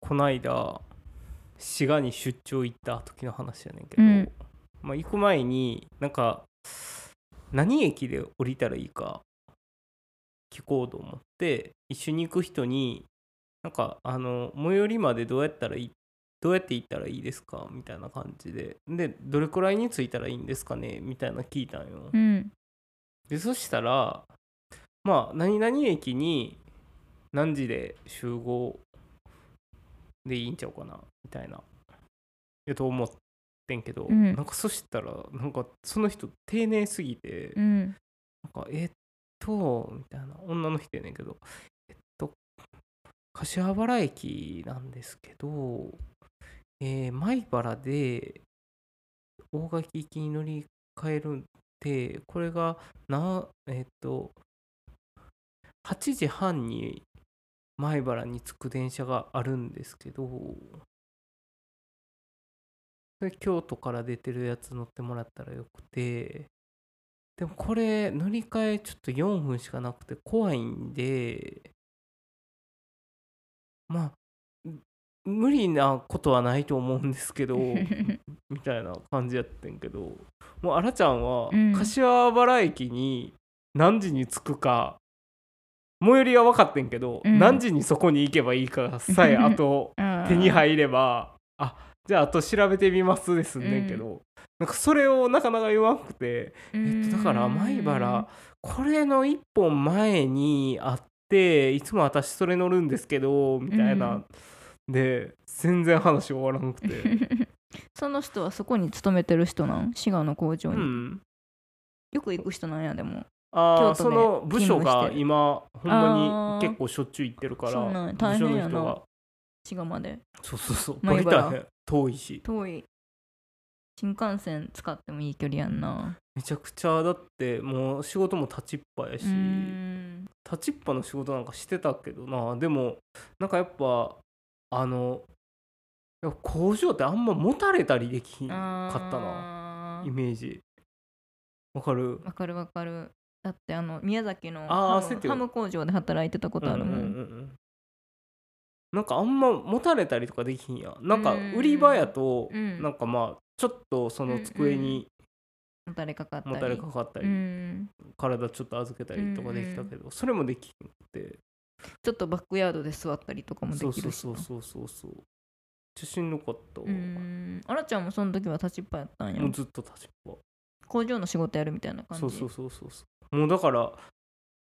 こないだ滋賀に出張行った時の話やねんけうど、んまあ、行く前になんか何駅で降りたらいいか聞こうと思って一緒に行く人になんかあの最寄りまでどうやったらいいどうやって行ったらいいですかみたいな感じででどれくらいに着いたらいいんですかねみたいな聞いたんよ。うんでそしたらまあ何々駅に何時で集合でいいんちゃうかなみたいなやと思ってんけど、うんなんかそしたらなんかその人丁寧すぎて、うんなんかえっとみたいな女の人やねんけどえっと柏原駅なんですけどえー、米原で大垣行きに乗り換えるんでこれがなえっと8時半に米原に着く電車があるんですけどそれ京都から出てるやつ乗ってもらったらよくてでもこれ乗り換えちょっと4分しかなくて怖いんでまあん無理なことはないと思うんですけ どみたいな感じやってんけどもうあらちゃんはうん柏原駅に何時に着くか、最寄りは分かってんけど、うん何時にそこに行けばいいかさえあ と手に入ればあじゃああと調べてみますですんねんけど、なんかそれをなかなか言わんくて、うえんっと、だから米原これの一本前にあっていつも私それ乗るんですけどみたいな、で全然話終わらなくて その人はそこに勤めてる人なん滋賀の工場うに、んよく行く人なんやでもあー京都でその部署勤務しがてる今ほんまあーに結構しょっちゅう行ってるからそうなんや部大署変のやな人が滋賀までそうそうそうまあ取り茨た城い遠いし遠い新幹線使ってもいい距離やんなめちゃくちゃだってもう仕事も立ちっぱやしうーん立ちっぱの仕事なんかしてたけどなでもなんかやっぱあのやっぱ工場ってあんま持たれたりできひんかったななイメージわかるわかるわかるだってあの宮崎のあーハ焦っムてるハム工場で働いてたことあるもうん,、んうんうんうんなんかあんま持たれたりとかできひんやなんかうん売り場やとうんなんかまあちょっとその机にもたれかかったりもたれかかったうりん体ちょっと預けたりとかできたけどそれもできひんってちょっとバックヤードで座ったりとかもできそるうしそうなそうそうそうそうめっちゃしんどかったわうーんあらちゃんもその時は立ちっぱやったんやもうずっと立ちっぱ工場の仕事やるみたいな感じそうそうそうそうそうもうだから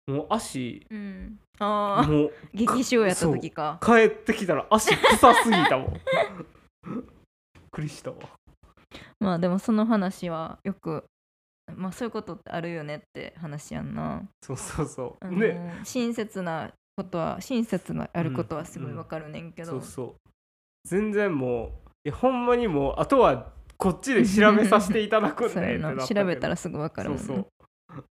もう足うん、ああもう劇場やった時か帰ってきたら足臭すぎたもん びっくりしたわまあでもその話はよくまあそういうことってあるよねって話やんな、そうそうそあうのね親切なことは親切なやることはすごいわかるねんけど、そうそう全然もういやほんまにもうあとはこっちで調べさせていただくん そだうよやってななったけど調べたらすぐわかるそもうんなそう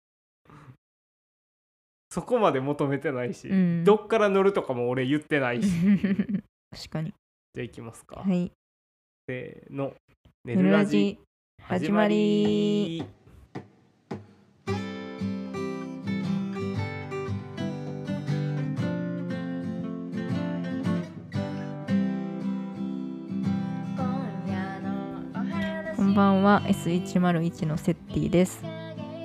そこまで求めてないし、うんどっから乗るとかも俺言ってないし 確かにじゃあ行きますか、はいせーの「 「寝ぬるるララジ」ジ」始まりこんばんは S101 のセッティです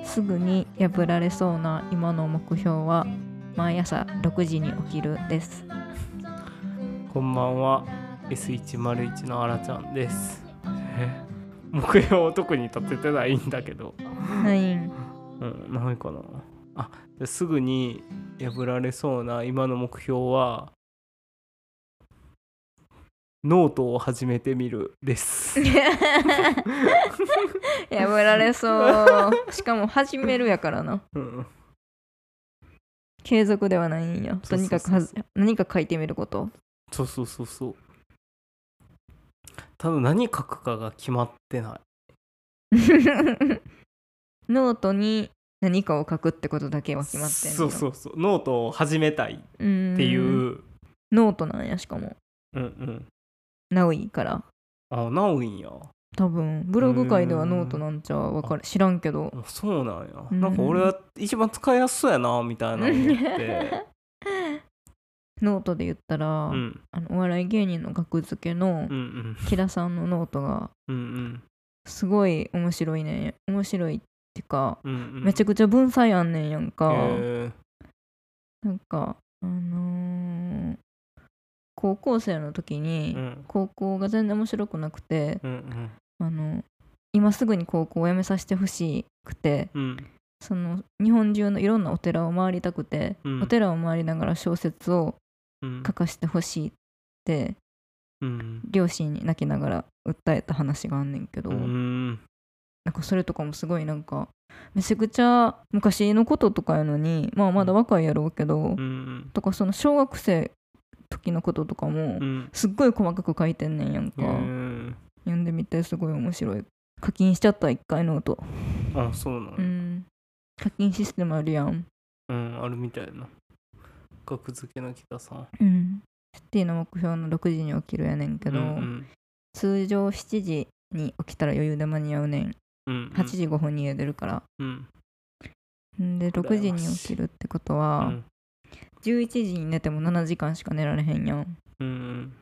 すぐに破られそうな今の目標は毎朝6時に起きるですこんばんは S101 のあらちゃんですえ目標を特に立ててないんだけどはいうん何かなあですぐに破られそうな今の目標はノートを始めてみるです 破られそうしかも始めるやからなうん継続ではないんやそとうそうそうにかくはず何か書いてみること そうそうそうそうただ何書くかが決まってないノートに何かを書くってことだけは決まってんのそうそうそうノートを始めたいっうーんていうノートなんやしかもうんうんナウイからあなおいんやあ多分ブログ界ではノートなんちゃわかる知らんけどそうなんや、うんなんか俺は一番使いやすそうやなみたいなのってノートで言ったら、うんあのお笑い芸人の額付けのうんうん木田さんのノートがうんうんすごい面白いね面白いってかうんうんめちゃくちゃ文才あんねんやんか、へなんかあのー高校生の時えに、うん高校が全然面白くなくて、うんあの今すぐに高校を辞めさせてほしくてうんその日本中のいろんなお寺を回りたくて、うんお寺を回りながら小説をうん書かしてほしいってうん両親に泣きながら訴えた話があんねんけど、うんなんかそれとかもすごいなんかめちゃくちゃ昔のこととかやのにまあまだ若いやろうけど、うんとかその小学生時のこととかも、うんすっごい細かく書いてんねんやんか、うん読んでみてすごい面白い課金しちゃった一回ノートあそうなのうん課金システムあるやんうんあるみたいな格付けの北さんうんシティの目標の6時に起きるやねんけど、うん通常7時に起きたら余裕で間に合うねんうんうん8時5分に家出るから、うんんで羨ましい6時に起きるってことうは、ん11時に寝ても7時間しか寝られへんやんうん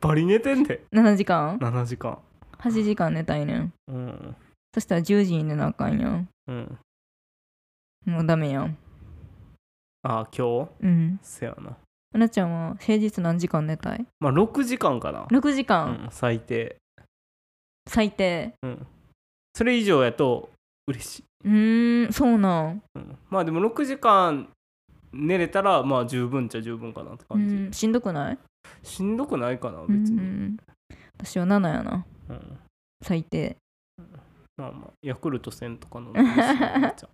バリ寝てんで7時間7時間8時間寝たいねんうんそしたら10時に寝なあかんやんうんもうダメやんあ今日うんせやなあなちゃんは平日何時間寝たいまあ6時間かな ?6 時間、うん最低最低うんそれ以上やと嬉しい、うーんそうなん、うん、まあでも6時間寝れたらまあ十分っちゃ十分かなってう感じ、ん、しんどくないしんどくないかな別に、うんうん私は7やなうん最低まあまあヤクルト1000とか飲んでるしめっちゃ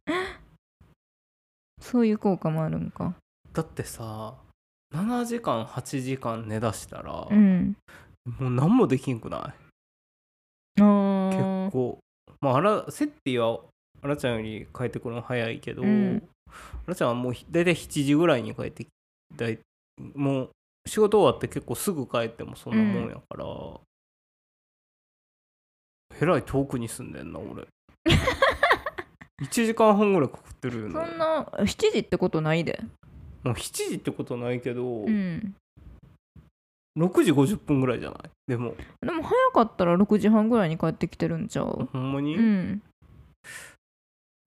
そういう効果もあるんか だってさ7時間8時間寝だしたら、うんもう何もできんくないあ結ー構まああらセッティはあらちゃんより帰ってくるの早いけど、うんあらちゃんはもうひ大体7時ぐらいに帰ってきだいもう仕事終わって結構すぐ帰ってもそんなもんやから、えらい遠くに住んでんな 俺1時間半ぐらいかかってるよそんな7時ってことないでもう7時ってことないけど、うん6時50分ぐらいじゃないでもでも早かったら6時半ぐらいに帰ってきてるんちゃうほんまうに、ん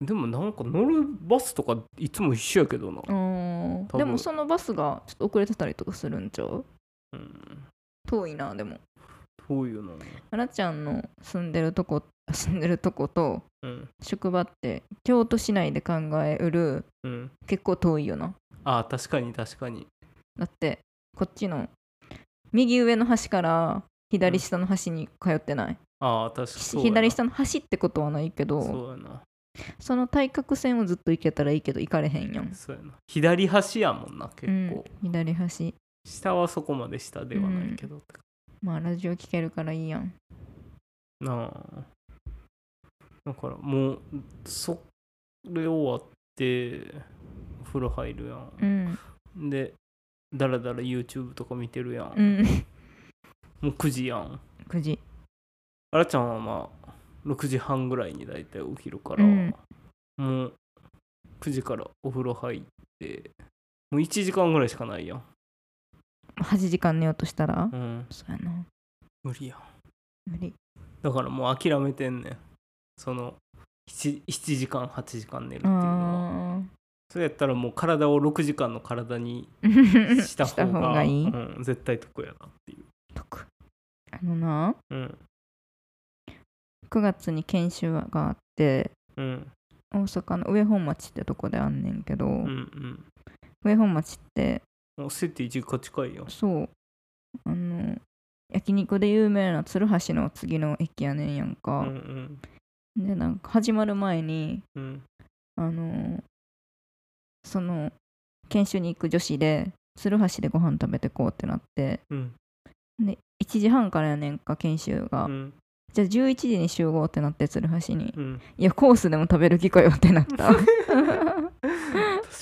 でもなんか乗るバスとかいつも一緒やけどな、あー分でもそのバスがちょっと遅れてたりとかするんちゃううん、遠いなでも遠いよなあらちゃんの住んでるとこ住んでるとこと うん職場って京都市内で考えうるうん結構遠いよなああ確かに確かにだってこっちの右上の端から左下の端に通ってない、ああ確かひそうやな左下の端ってことはないけどそそうやなの対角線をずっと行けたらいいけど行かれへんやんそうやな左端やもんな結構、うん、左端下はそこまで下ではないけど、まあラジオ聞けるからいいやんなあだからもうそれ終わってお風呂入るやうんんでだらだら YouTube とか見てるやん、うんもう9時やん9時あらちゃんはまあ6時半ぐらいに大体起きるから、うんもう9時からお風呂入ってもう1時間ぐらいしかないやん、 8時間寝ようとしたら、うん、そうやな無理やん無理だからもう諦めてんねんその 7, 7時間8時間寝るっていうのはあそれやったらもう体を6時間の体にー したした方方ががいい、うん、絶対得やなっていう、得あのなうん9月に研修があってうん大阪の上本町ってとこであんねんけど、うんうん上本町ってもうセティ実家近いやんそうあの焼肉で有名な鶴橋の次の駅やねんやんうか、んでなんか始まる前にうんうんあのその研修に行く女子で鶴橋でご飯食べてこうってなってうんで1時半からやねんか研修が、うんじゃあ11時に集合ってなって鶴橋にうんいやコースでも食べる気かよってなっ た確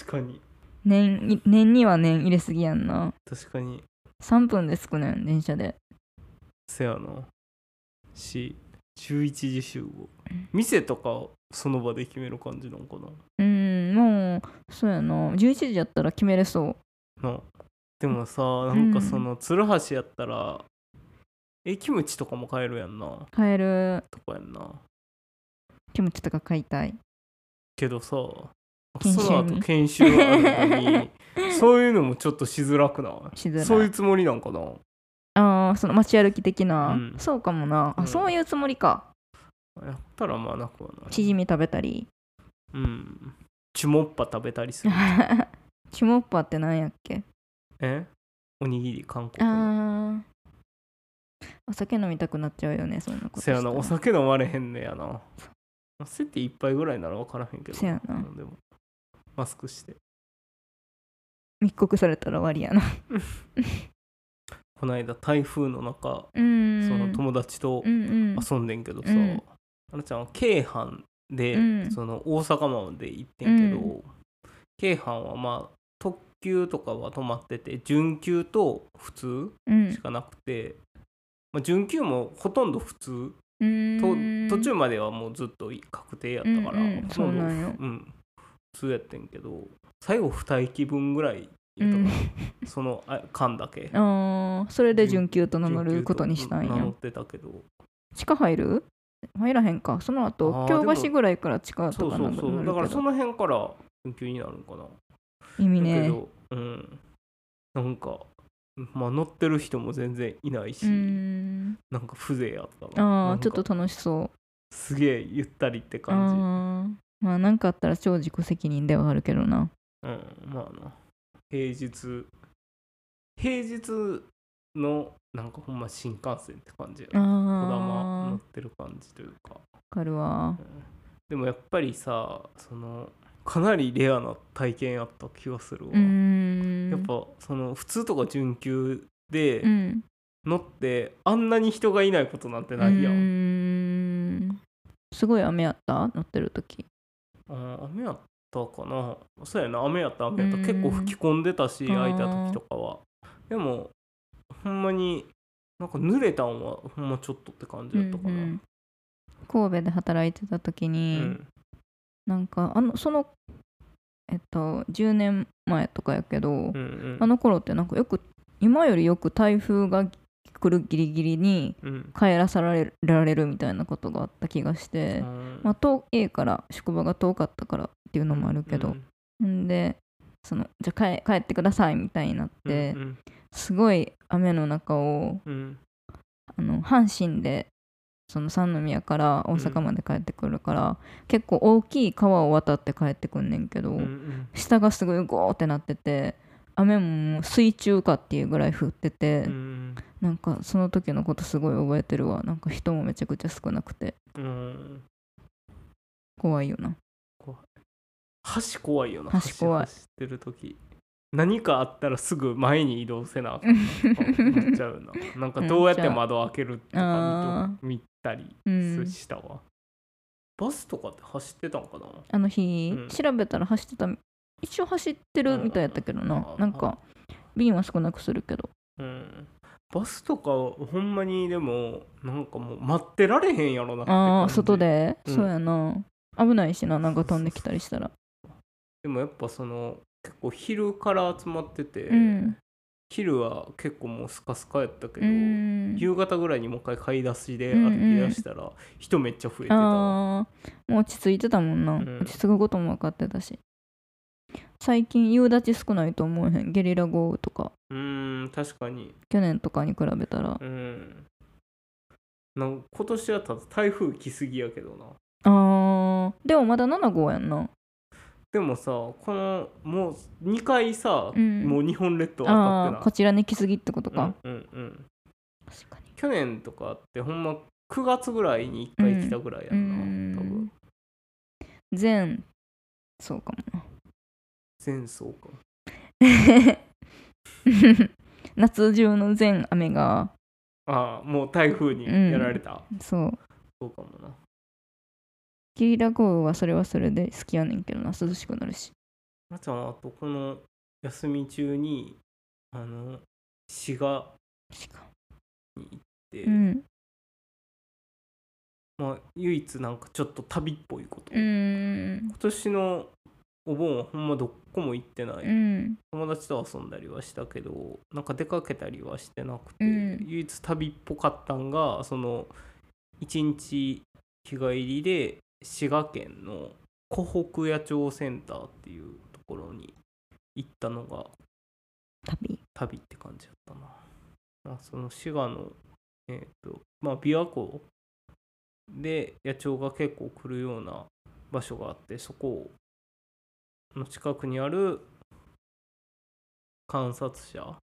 かに年い年には年入れすぎやんな確かに3分で少ないん電車でせやなし11時集合店とかその場で決める感じなんかなうんもうんそうやな11時やったら決めれそうなでもさなんかその鶴橋やったら、えキムチとかも買えるやんな買えるとかやんなキムチとか買いたいけどさ研修その後研修があるの にそういうのもちょっとしづらくないしづらいそういうつもりなんかなああその街歩き的な、うんそうかもなあ、うんそういうつもりかやったらまあなくはないチヂミ食べたりうんチュモッパ食べたりす るチュモッパってなんやっけえおにぎり韓国のあーお酒飲みたくなっちゃうよねそんなことせやなおしたら酒飲まれへんねやなセティ一杯ぐらいなら分からへんけどせやなうんでもマスクして密告されたら終わりや なこの間台風の中うそんの友達とうんうん遊んでんけどさ、うんあのちゃんは京阪で、うんその大阪まで行ってんけど、う京阪はまあ特急とかは止まってて準急と普う通しんかなくて、まあ、準急もほとんど普通うとん途中まではもうずっと確定やったから、うんうんそうなんようん普通やってんけど最後2駅分ぐらいやったかなそのあ間だけあーそれで準急と名乗準急るとことにしたん名乗やってたけど地下入る入らへんかその後あー京で橋もぐらいから地下そとうかそなんうかそうだ乗かるらけそどの辺から準急になるんかな意味だけねど、うん、なんか、まあ、乗ってる人も全然いないし、うんなんか風情やったなあなあんかちょっと楽しそうすげえゆったりってああ感ーまあ何かあったら超自己責任ではあるけどなじ、うん、まあな平日平日のなんかほんま新幹線って感じやあなこだま乗あっわてる感じというか、かるわうんでもやっぱりさそのかなりレアな体験やった気がするわ、うんやっぱその普通とか準急でうん乗ってあんなに人がいないことなんてないや、うんーんすごい雨やった乗ってる時あー雨やったかなそうやな雨やった雨やった、うん結構吹き込んでたしあー開いた時とかはでもほんまになんか濡れたんはほんまちょっとって感じやったかな、うんうん神戸で働いてた時うに、んなんかあのそのえっと10年前とかやけど、うんうんあの頃ってなんかよく今よりよく台風が来るギリギリにうん帰らされられるみたいなことがあった気がして、まあ、遠 A から職場が遠かったからっていうのもあるけど、んでそのじゃあ帰帰ってくださいみたいになって、うんすごい雨の中をうんうんあの阪神でその三宮から大阪まで帰ってくるから、結構大きい川を渡って帰ってくんねんけど、うんうん下がすごいゴーってなってて雨ももう水中かっていうぐらい降ってて、うんなんかその時のことすごい覚えてるわなんか人もめちゃくちゃ少なくてうん怖いよな橋怖いよな橋怖い走ってる時何かあったらすぐ前に移動せなあかんなっちゃうななんかどうやって窓開けるとか見と見たりうんしたわ、バスとかって走ってたんかなあの日、うん調べたら走ってた一応走ってるみたいやったけどな、うんなんか便は少なくするけどうんバスとかほんまにでもなんかもう待ってられへんやろなってあ感あじ外で、うんそうやな危ないしななんか飛んできたりしたらでもやっぱその結構昼から集まってて、うん昼は結構もうスカスカやったけうど、ん夕方ぐらいにもう一回買い出しで歩き出したら人めっちゃ増えてたわ、あーもう落ち着いてたもんな、うん落ち着くことも分かってたし最近夕立ち少ないと思えへんゲリラ豪雨とかうーん確かに去年とかに比べたらうんなんか今年はただ台風来すぎやけどなあーでもまだ7号やんなでもさこのもう2回さ、うんもう日本列島当たってあなーこちらに来すぎってことか、うんうんうん確かに去年とかってほんま9月ぐらいに1回来たぐらいやうんな、多分ん全そうかもな前走か 夏中の全雨がああもう台風にやられた、そうそうかもなゲリラ豪雨はそれはそれで好きやねんけどな涼しくなるしなちゃんはあとこの休み中にあの滋賀確かで、うんまあ唯一なんかちょっと旅っぽいこと、うーん今年のお盆はほんまどっこも行ってない、うん友達と遊んだりはしたけどなんか出かけたりはしてなくて、うん唯一旅っぽかったんがその1日日帰りで滋賀県の湖北野鳥センターっていうところに行ったのが旅旅って感じだったな。まあ、その滋賀の、えっ、と、まあ、琵琶湖で野鳥が結構来るような場所があって、そこの近くにある観察者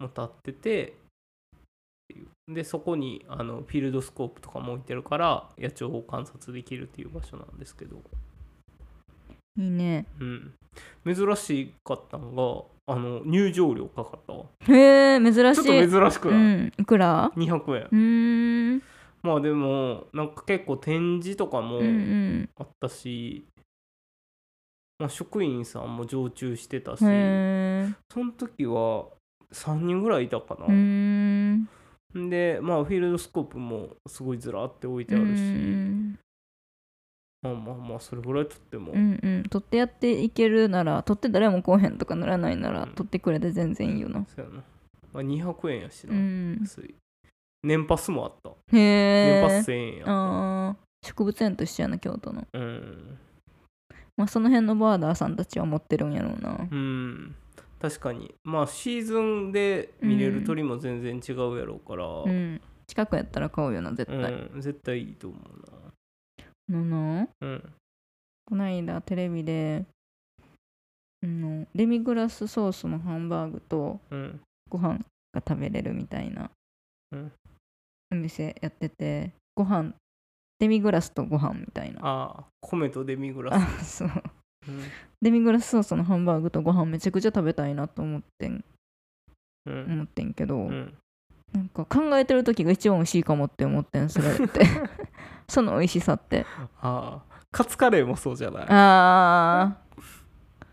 も立ってて、っていうで、そこにあのフィールドスコープとかも置いてるから、野鳥を観察できるっていう場所なんですけど。いいねうん、珍しかったのがあの入場料かかったわへえ珍ちょしっいと珍しくうない、んいくら200円うーんまあでもなんか結構展示とかもうんうんあったし、まあ、職員さんも常駐してたしへそえの時は3人ぐらいいたかうーんな、でまあフィールドスコープもすごいずらって置いてうあんうるし、んまあまあまあそれぐらいとっても、うんうん取ってやっていけるなら取って誰も来おへんとかならないなうらん取ってくれて全然いいよなそうやな、まあ、200円やしうな、ん安い年パスもあったへ年パえス1000円やった、あー植物園と一緒やな京都のうん、まあその辺のバーダーさんたちは持ってるんやろうなうん、確かにまあシーズンで見れる鳥も全然違うやろうから、ううんん近くやったら買うよな絶対絶対いいと思のなうなうんこないだテレビであのデミグラスソースのハンバーグとうんご飯が食べれるみたいなうんお店やっててご飯デミグラスとご飯みたいなああ米とデミグラス、あそう うんデミグラスソースのハンバーグとご飯めちゃくちゃ食べたいなと思ってんうん思ってんけど、うん、なんか考えてる時が一番美味しいかもって思ってんそれって その美味しさってああカツカレーもそうじゃないあ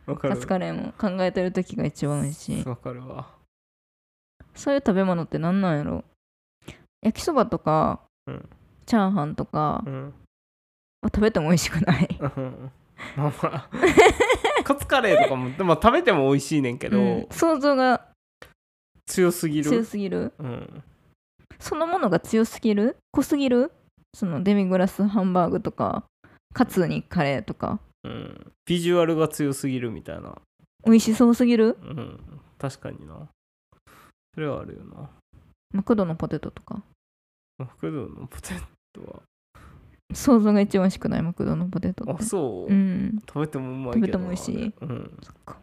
わかーるカツカレーも考えてる時が一番美味しいわかるわそういう食べ物ってなんなんやろ焼きそばとか、うんチャーハンとか、うんは食べても美味しくないうんまあ まあカツカレーとかも、まあ、食べても美味しいねんけど、うん想像が強すぎ強るすぎるうんそのものが強すぎる濃すぎるそのデミグラスハンバーグとかカツにカレーとかうん、ビジュアルが強すぎるみたいな美味しそうすぎるうん、確かにな。それはあるよな。マクドのポテトとかマクドのポテト想像が一番美味しくないマクドのポテトは。っあ、てそう、うん食べてもうまいけどな。食べても美味しいあれうん。そっか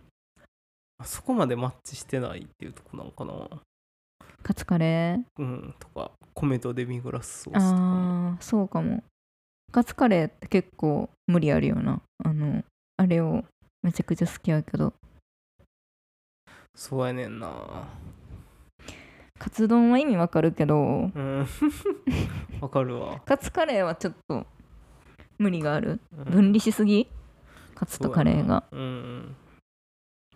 あそこまでマッチしてないっていうとこなのかな。カツカレーうん、とか、米とデミグラスソースとかも。あーそうかもカツカレーって結構無理あるよなあのあれをめちゃくちゃ好きやけどそうやねんな。カツ丼は意味わかるけどうん。 わかるわ。カツカレーはちょっと無理があるうん分離しすぎカツとカレーが。そうやなうん。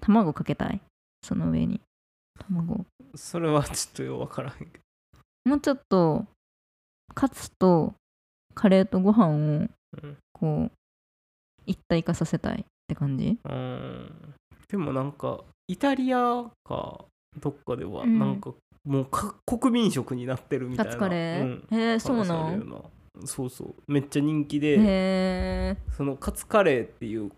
卵かけたいその上に卵それはちょっとようわからへんけもうちょっとカツとカレーとご飯をど。うん。こう一体化させたいって感じうんでもなんかイタリアかどっかではうんなんかもうか国民食になってるみたカいなツカレー、うんへえそうな話あるんよなそうそうめっちゃ人気で、へえそのカツカレーっていう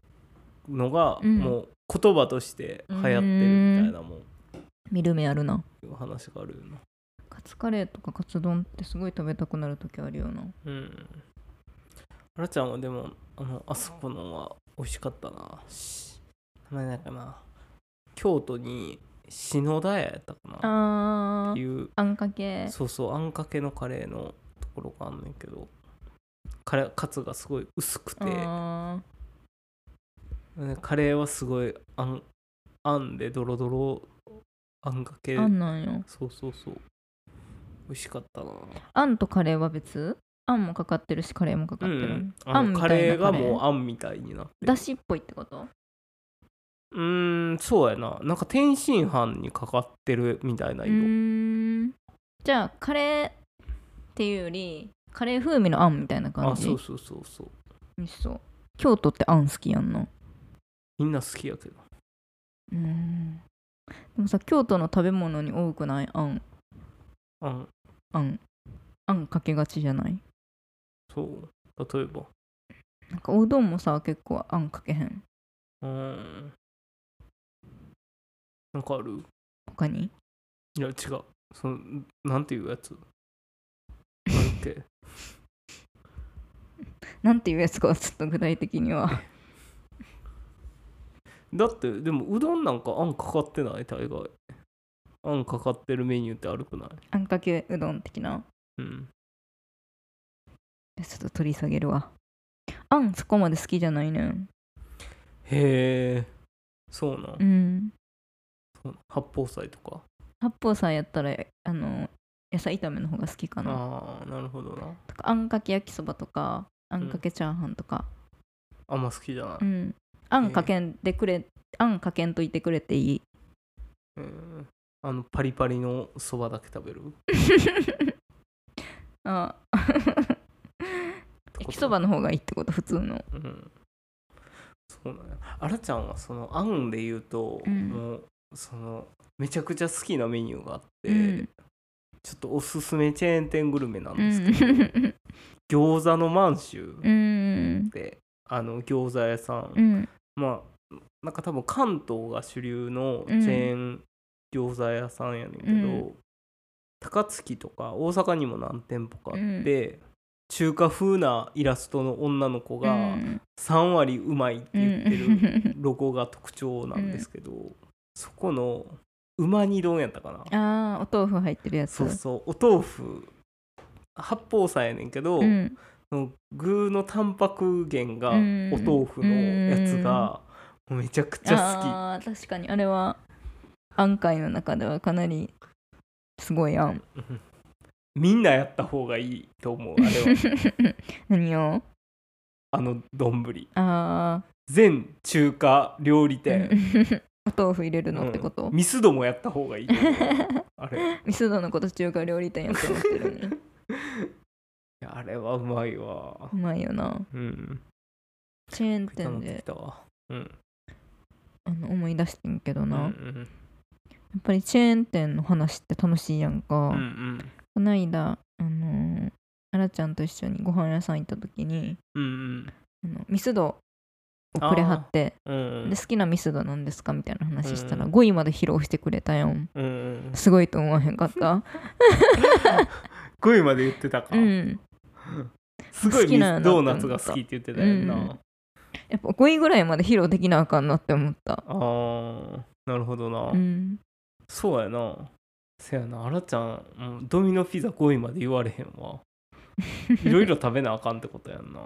のがうんもう言葉として流行ってるみたいなもん見る目あるないう話があるよなカツカレーとかカツ丼ってすごい食べたくなる時あるよなうんあらちゃんはでもあのあそこのは美味しかったなし名前なんかな京都に篠田屋やったかなっあてーいうあんかけそうそうあんかけのカレーのところがあんねんけどカレーカツがすごい薄くてあねカレーはすごいあんあんでドロドロあんかけーあんなんよそうそうそう美味しかったなあんとカレーは別あんもかかってるしカレーもかかうってる、んああんのみカたいなレーがカレーもうあんみたいになってるだしっぽいってことうーんそうやななんか天津飯にかかってるみたいなう色ーんじゃあカレーっていうよりカレー風味のあんみたいな感あじそうそうそうそう美味しそう京都ってあん好きやんなみんな好きやけどうんでもさ京都の食べ物に多くないあんあんあんあんかけがちじゃないそう例えばなんかおうどんもさ結構あんかけへんうーんなんかある他にいや違うそのなんていうやつなんだっけなんていうやつかはちょっと具体的には だってでもうどんなんかあんかかってない大概あんかかってるメニューってあるくない あんかけうどん的なうんちょっと取り下げるわあんそこまで好きじゃないねんへえそうなん、うんそうなん八宝菜とか八宝菜やったらあの野菜炒めの方が好きかなああなるほどなとかあんかけ焼きそばとかあんかけチャーハンとか、あんま好きじゃないうんあんかけんでくれ、あんかけんといてくれていいうんあのパリパリのそばだけ食べるあってこと焼きそばの方がいいってこと普通のうんそうなんやあらちゃんはそのあんで言うと、うんもうそのめちゃくちゃ好きなメニューがあって、うんちょっとおすすめチェーン店グルメなんうですけど、ん餃子の満州うんって、あの餃子屋さん、うんまあなんか多分関東が主流のチェーン餃子屋さんやねんけど、うん高槻とか大阪にも何店舗かあって、中華風なイラストの女の子が、うん3割うまいって言ってうるんロゴが特徴なんですけど、そこのうま煮丼やったかな ああお豆腐入ってるやつそうそうお豆腐八宝菜やねんけど、うんその具のタンパク源がおうん豆腐のやつがもうめちゃくちゃあー確かにあれはあん会の中ではかなりすごいあん好きうんみんなやった方がいいと思うあれ は何をあの丼あ全中華料理あ、う店、ん お豆腐入れるのってこと、ミスドもやった方がいいと 思うあれミスドのこと中華料理店やと思ってる のにいやあれはうまいわうまいよなうんチェーン頼店んできでたわうんあの思い出してんけどな、うやっんぱりチェーン店の話って楽しいやんか、うんうんこないだあのーあらちゃんと一緒にご飯屋さん行った時にうんあのミスドをくれはってうんうんで好きなミスドなんですかみたいな話したら、うん5位まで披露してくれたやんうんうん すごいと思わへんかった5位まで言ってたかうんすごい好きミなんやスなドーナツが好きって言ってたようんなやっぱ5位ぐらいまで披露できなあかんなって思ったあーなるほどなうんそうやなせやなあらちゃんもうドミノピザ5位まで言われへん わいろいろ食べなあかんってことやんな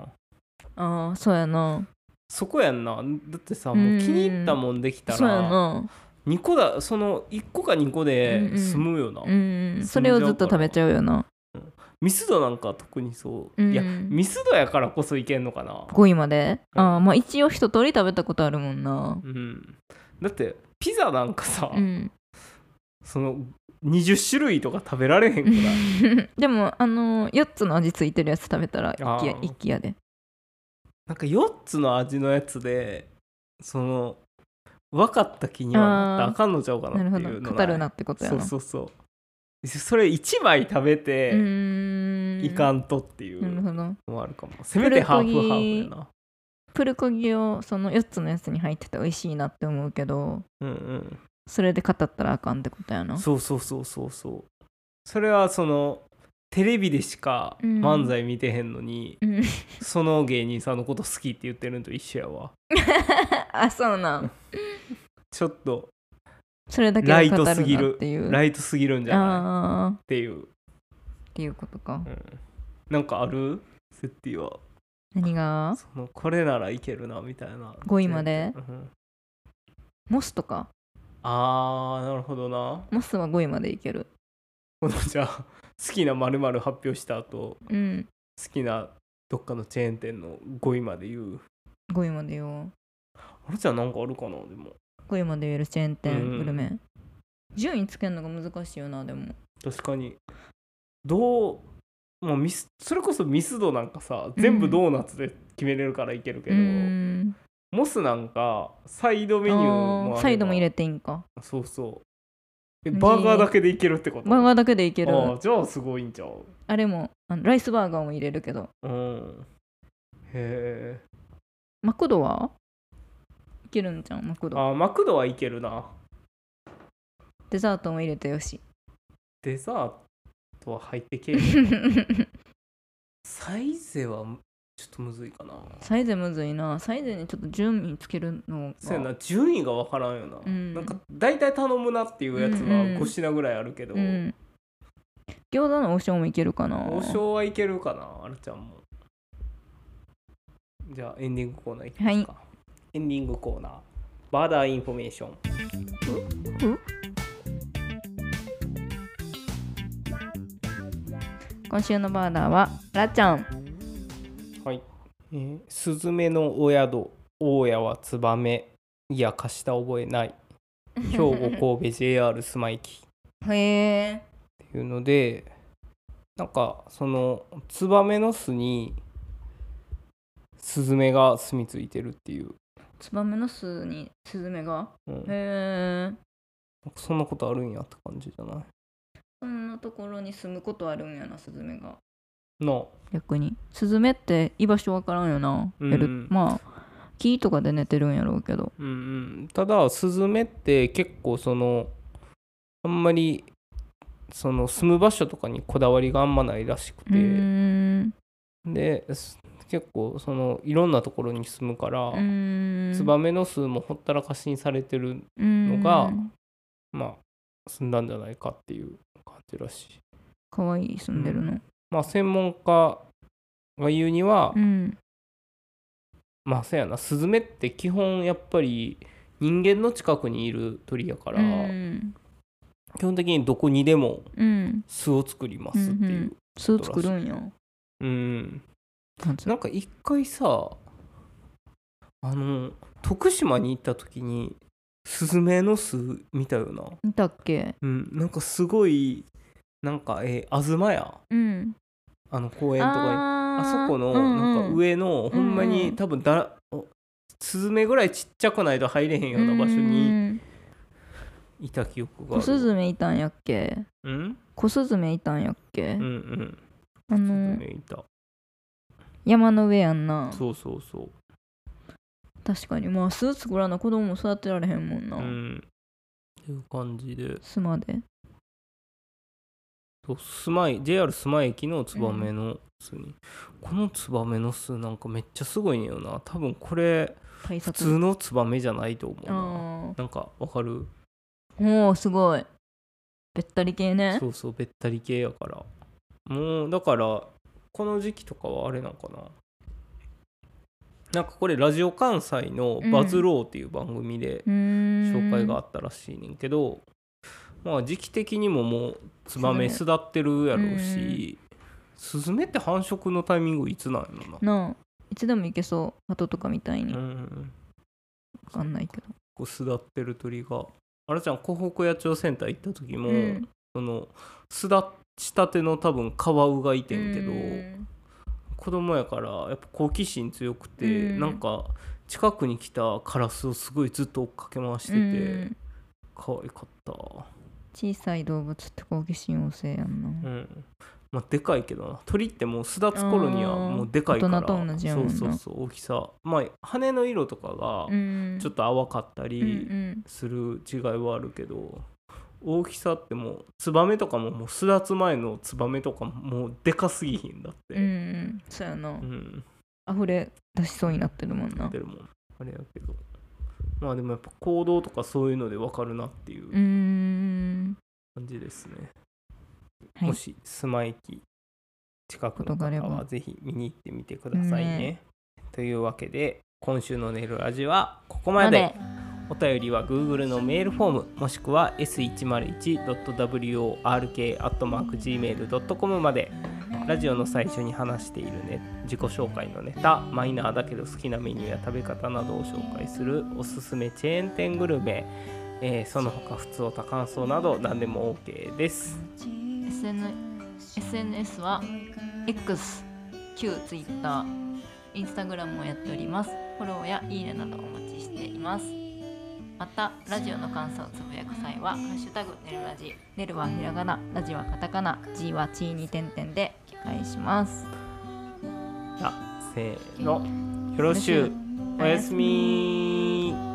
ああそうやなそこやんなだってさもう気に入ったもんできたそうやらな2個だその1個か2個で済むよなうんそれをずっと食べちゃうよなミスドなんか特にそう、うんいやミスドやからこそいけんのかな、 5位まで、うんああまあ一応一通り食べたことあるもんなうん、だってピザなんかさ、うんその20種類とか食べられへんくらい でもあの4つの味ついてるやつ食べたら一気やあー一気やでなんか4つの味のやつでその分かった気にはなったらあーあかんのちゃうかななるっほていうのど語るなってことやそなうそうそうそれ1枚食べうてーんいかんとっていなるうほどのもあるかも、せめてハーフプルコギハーフやなプルコギをその4つのやつに入ってて美味しいなって思うけどうんそれで語ったらあかんってことやうなんそうそうそうそうそうそれはそのテレビでしかうん漫才見てへんのに、うん その芸人さんのこと好きって言ってるのと一緒やわあそうなんちょっとそれだけでライ語るトなすぎるっていうライトすぎるんじゃないっああっていう、ていうことかうん、なんかあるセッティは何がそのこれならいけるなみたいな5位までうんモスとかあーなるほどなモスは5位までいけるこのじゃあ好きなまる発表した後うん好きなどっかのチェーン店の5位まで言う5位までよあれじゃあなんかあるかなでも5位まで言えるチェーうンん店グルメ、順位つけるのが難しいよなでも確かにどうもうミスそれこそミスドなんかさ全部ドーナツで決めれるからいけるけうど、んモスなんかサイドメニューもあれあばーサイドも入れていいんかそうそうえバーガーだけでいけるってことバーガーだけでいけるああーじゃあすごいんちゃうれもあのライスバーガーも入れるけどうんへえマクドはいけるんじゃんマクドあーマクドはいけるなデザートも入れてよしデザートは入ってけえへん サイゼはちょっとむずいかな サイゼむずいなサイゼにちょっと順位つけるのがそうやな順位がわからんよな、うんなんか大体頼むなっていうやつうはんうん5品ぐらいあるけど、うん餃子の王将もいけるかな王将はいけるかなあらちゃんもじゃあエンディングコーナーいきますか、エンディングコーナーバーダーインフォメーション今週のバーダーはラちゃんはい、えースズメのお宿大家はツバメいや貸した覚えない兵庫神戸 JR スマイキへえっていうのでなんかそのツバメの巣にスズメが住み着いてるっていう、ツバメの巣にスズメがうんへえそんなことあるんやって感じじゃないそんなところに住むことあるんやなスズメがの逆にスズメって居場所わからんよな、うんやるまあ木とかで寝てるんやろうけどうんうんただスズメって結構そのあんまりその住む場所とかにこだわりがあんまないらしくうて、ーんです結構そのいろんなところに住むから、ツバメの巣もほったらかしにされてるののがまあ住んだんじゃないかっていう感じらしいかわいい住んでるのまあ専門家が言うには、うんまあそうやなスズメって基本やっぱり人間の近くにいる鳥やから、うん基本的にどこにでもうん巣を作りますっていう、巣作るんやうんなんつうなのんか一回さあの徳島に行った時にスズメの巣見たよな見たっけうんなんかすごいなんかえー、東屋うんあの公園とかにああそこのーなんか上の、ほんまうんうにん多分だおスズメぐらいちっちゃくないと入れへんような場所うんにうんいた記憶があ小る。スズメいたんやっけうん小スズメいたんやっけ、うんうん。あスズのメいた。山の上やんなそうそうそう。確かにまあ巣作らな子供も育てられへんもんな、うん。っていう感じで、巣までそうスマイ JR スマイ駅のツバメの巣に、このツバメの巣なんかめっちゃすごいんよな。多分これ対普策通のツバメじゃないと思うな。あなんかわかる、あおおすごいべったり系ねそうそうべったり系やから。もうだからこの時期とかはあれなんかな。なんかこれラジオ関西の「バズろう」っていう番組でうーん紹介があったらしいねんけど、まあ時期的にももうツバメス巣立ってるやろうし、スズメって繁殖のタイミングいつなんやろな。なあいつでも行けそう鳩とかみたいにうわん、かんないけどこう巣立ってる鳥があらちゃん湖北野鳥センター行った時も、うんその巣立ちたての多分カワウがいてんけど、うん子供やからやっぱ好奇心強くて、うんなんか近くに来たカラスをすごいずっと追っかけ回してて、うん可愛かった。小さい動物って好奇心旺盛やんな、うんまあ、でかいけどな鳥ってもう巣立つ頃にはあーもうでかいから大人と同じやもんなそうそうそう大きさまあ羽の色とかがうん、ちょっとと淡かったうんうりんする違いはあるけど、大きさってもうツバメとかももう巣立つ前のツバメとかももうでかすぎひんだっうんうて、んそうやな、うん、溢れ出しそうになってるもんななってるもんあれやけどまあでもやっぱ行動とかそういうので分かるなっていううーん感じですね、はいもし住まい駅近くのことがあれ方ばはぜひ見に行ってみてくださいねというわけで今週の「ネルラジ」はここまでお便りは Google のメールフォームもしくは s101.work.gmail.com までラジオの最初に話している、ね、自己紹介のネタマイナーだけど好きなメニューや食べ方などを紹介するおすすめチェーン店グルメ、えーその他普通おた感想など何でも OK です。 SN SNS は X 旧 Twitter インスタグラムをやっておりますフォローやいいねなどお待ちしていますまたラジオの感想をつぶやく際は「ハッシュタグねるラジ」「ねるはひらがなラジはカタカナ G はチーに点々」でお願いしますあせーのよろしゅうおやすみ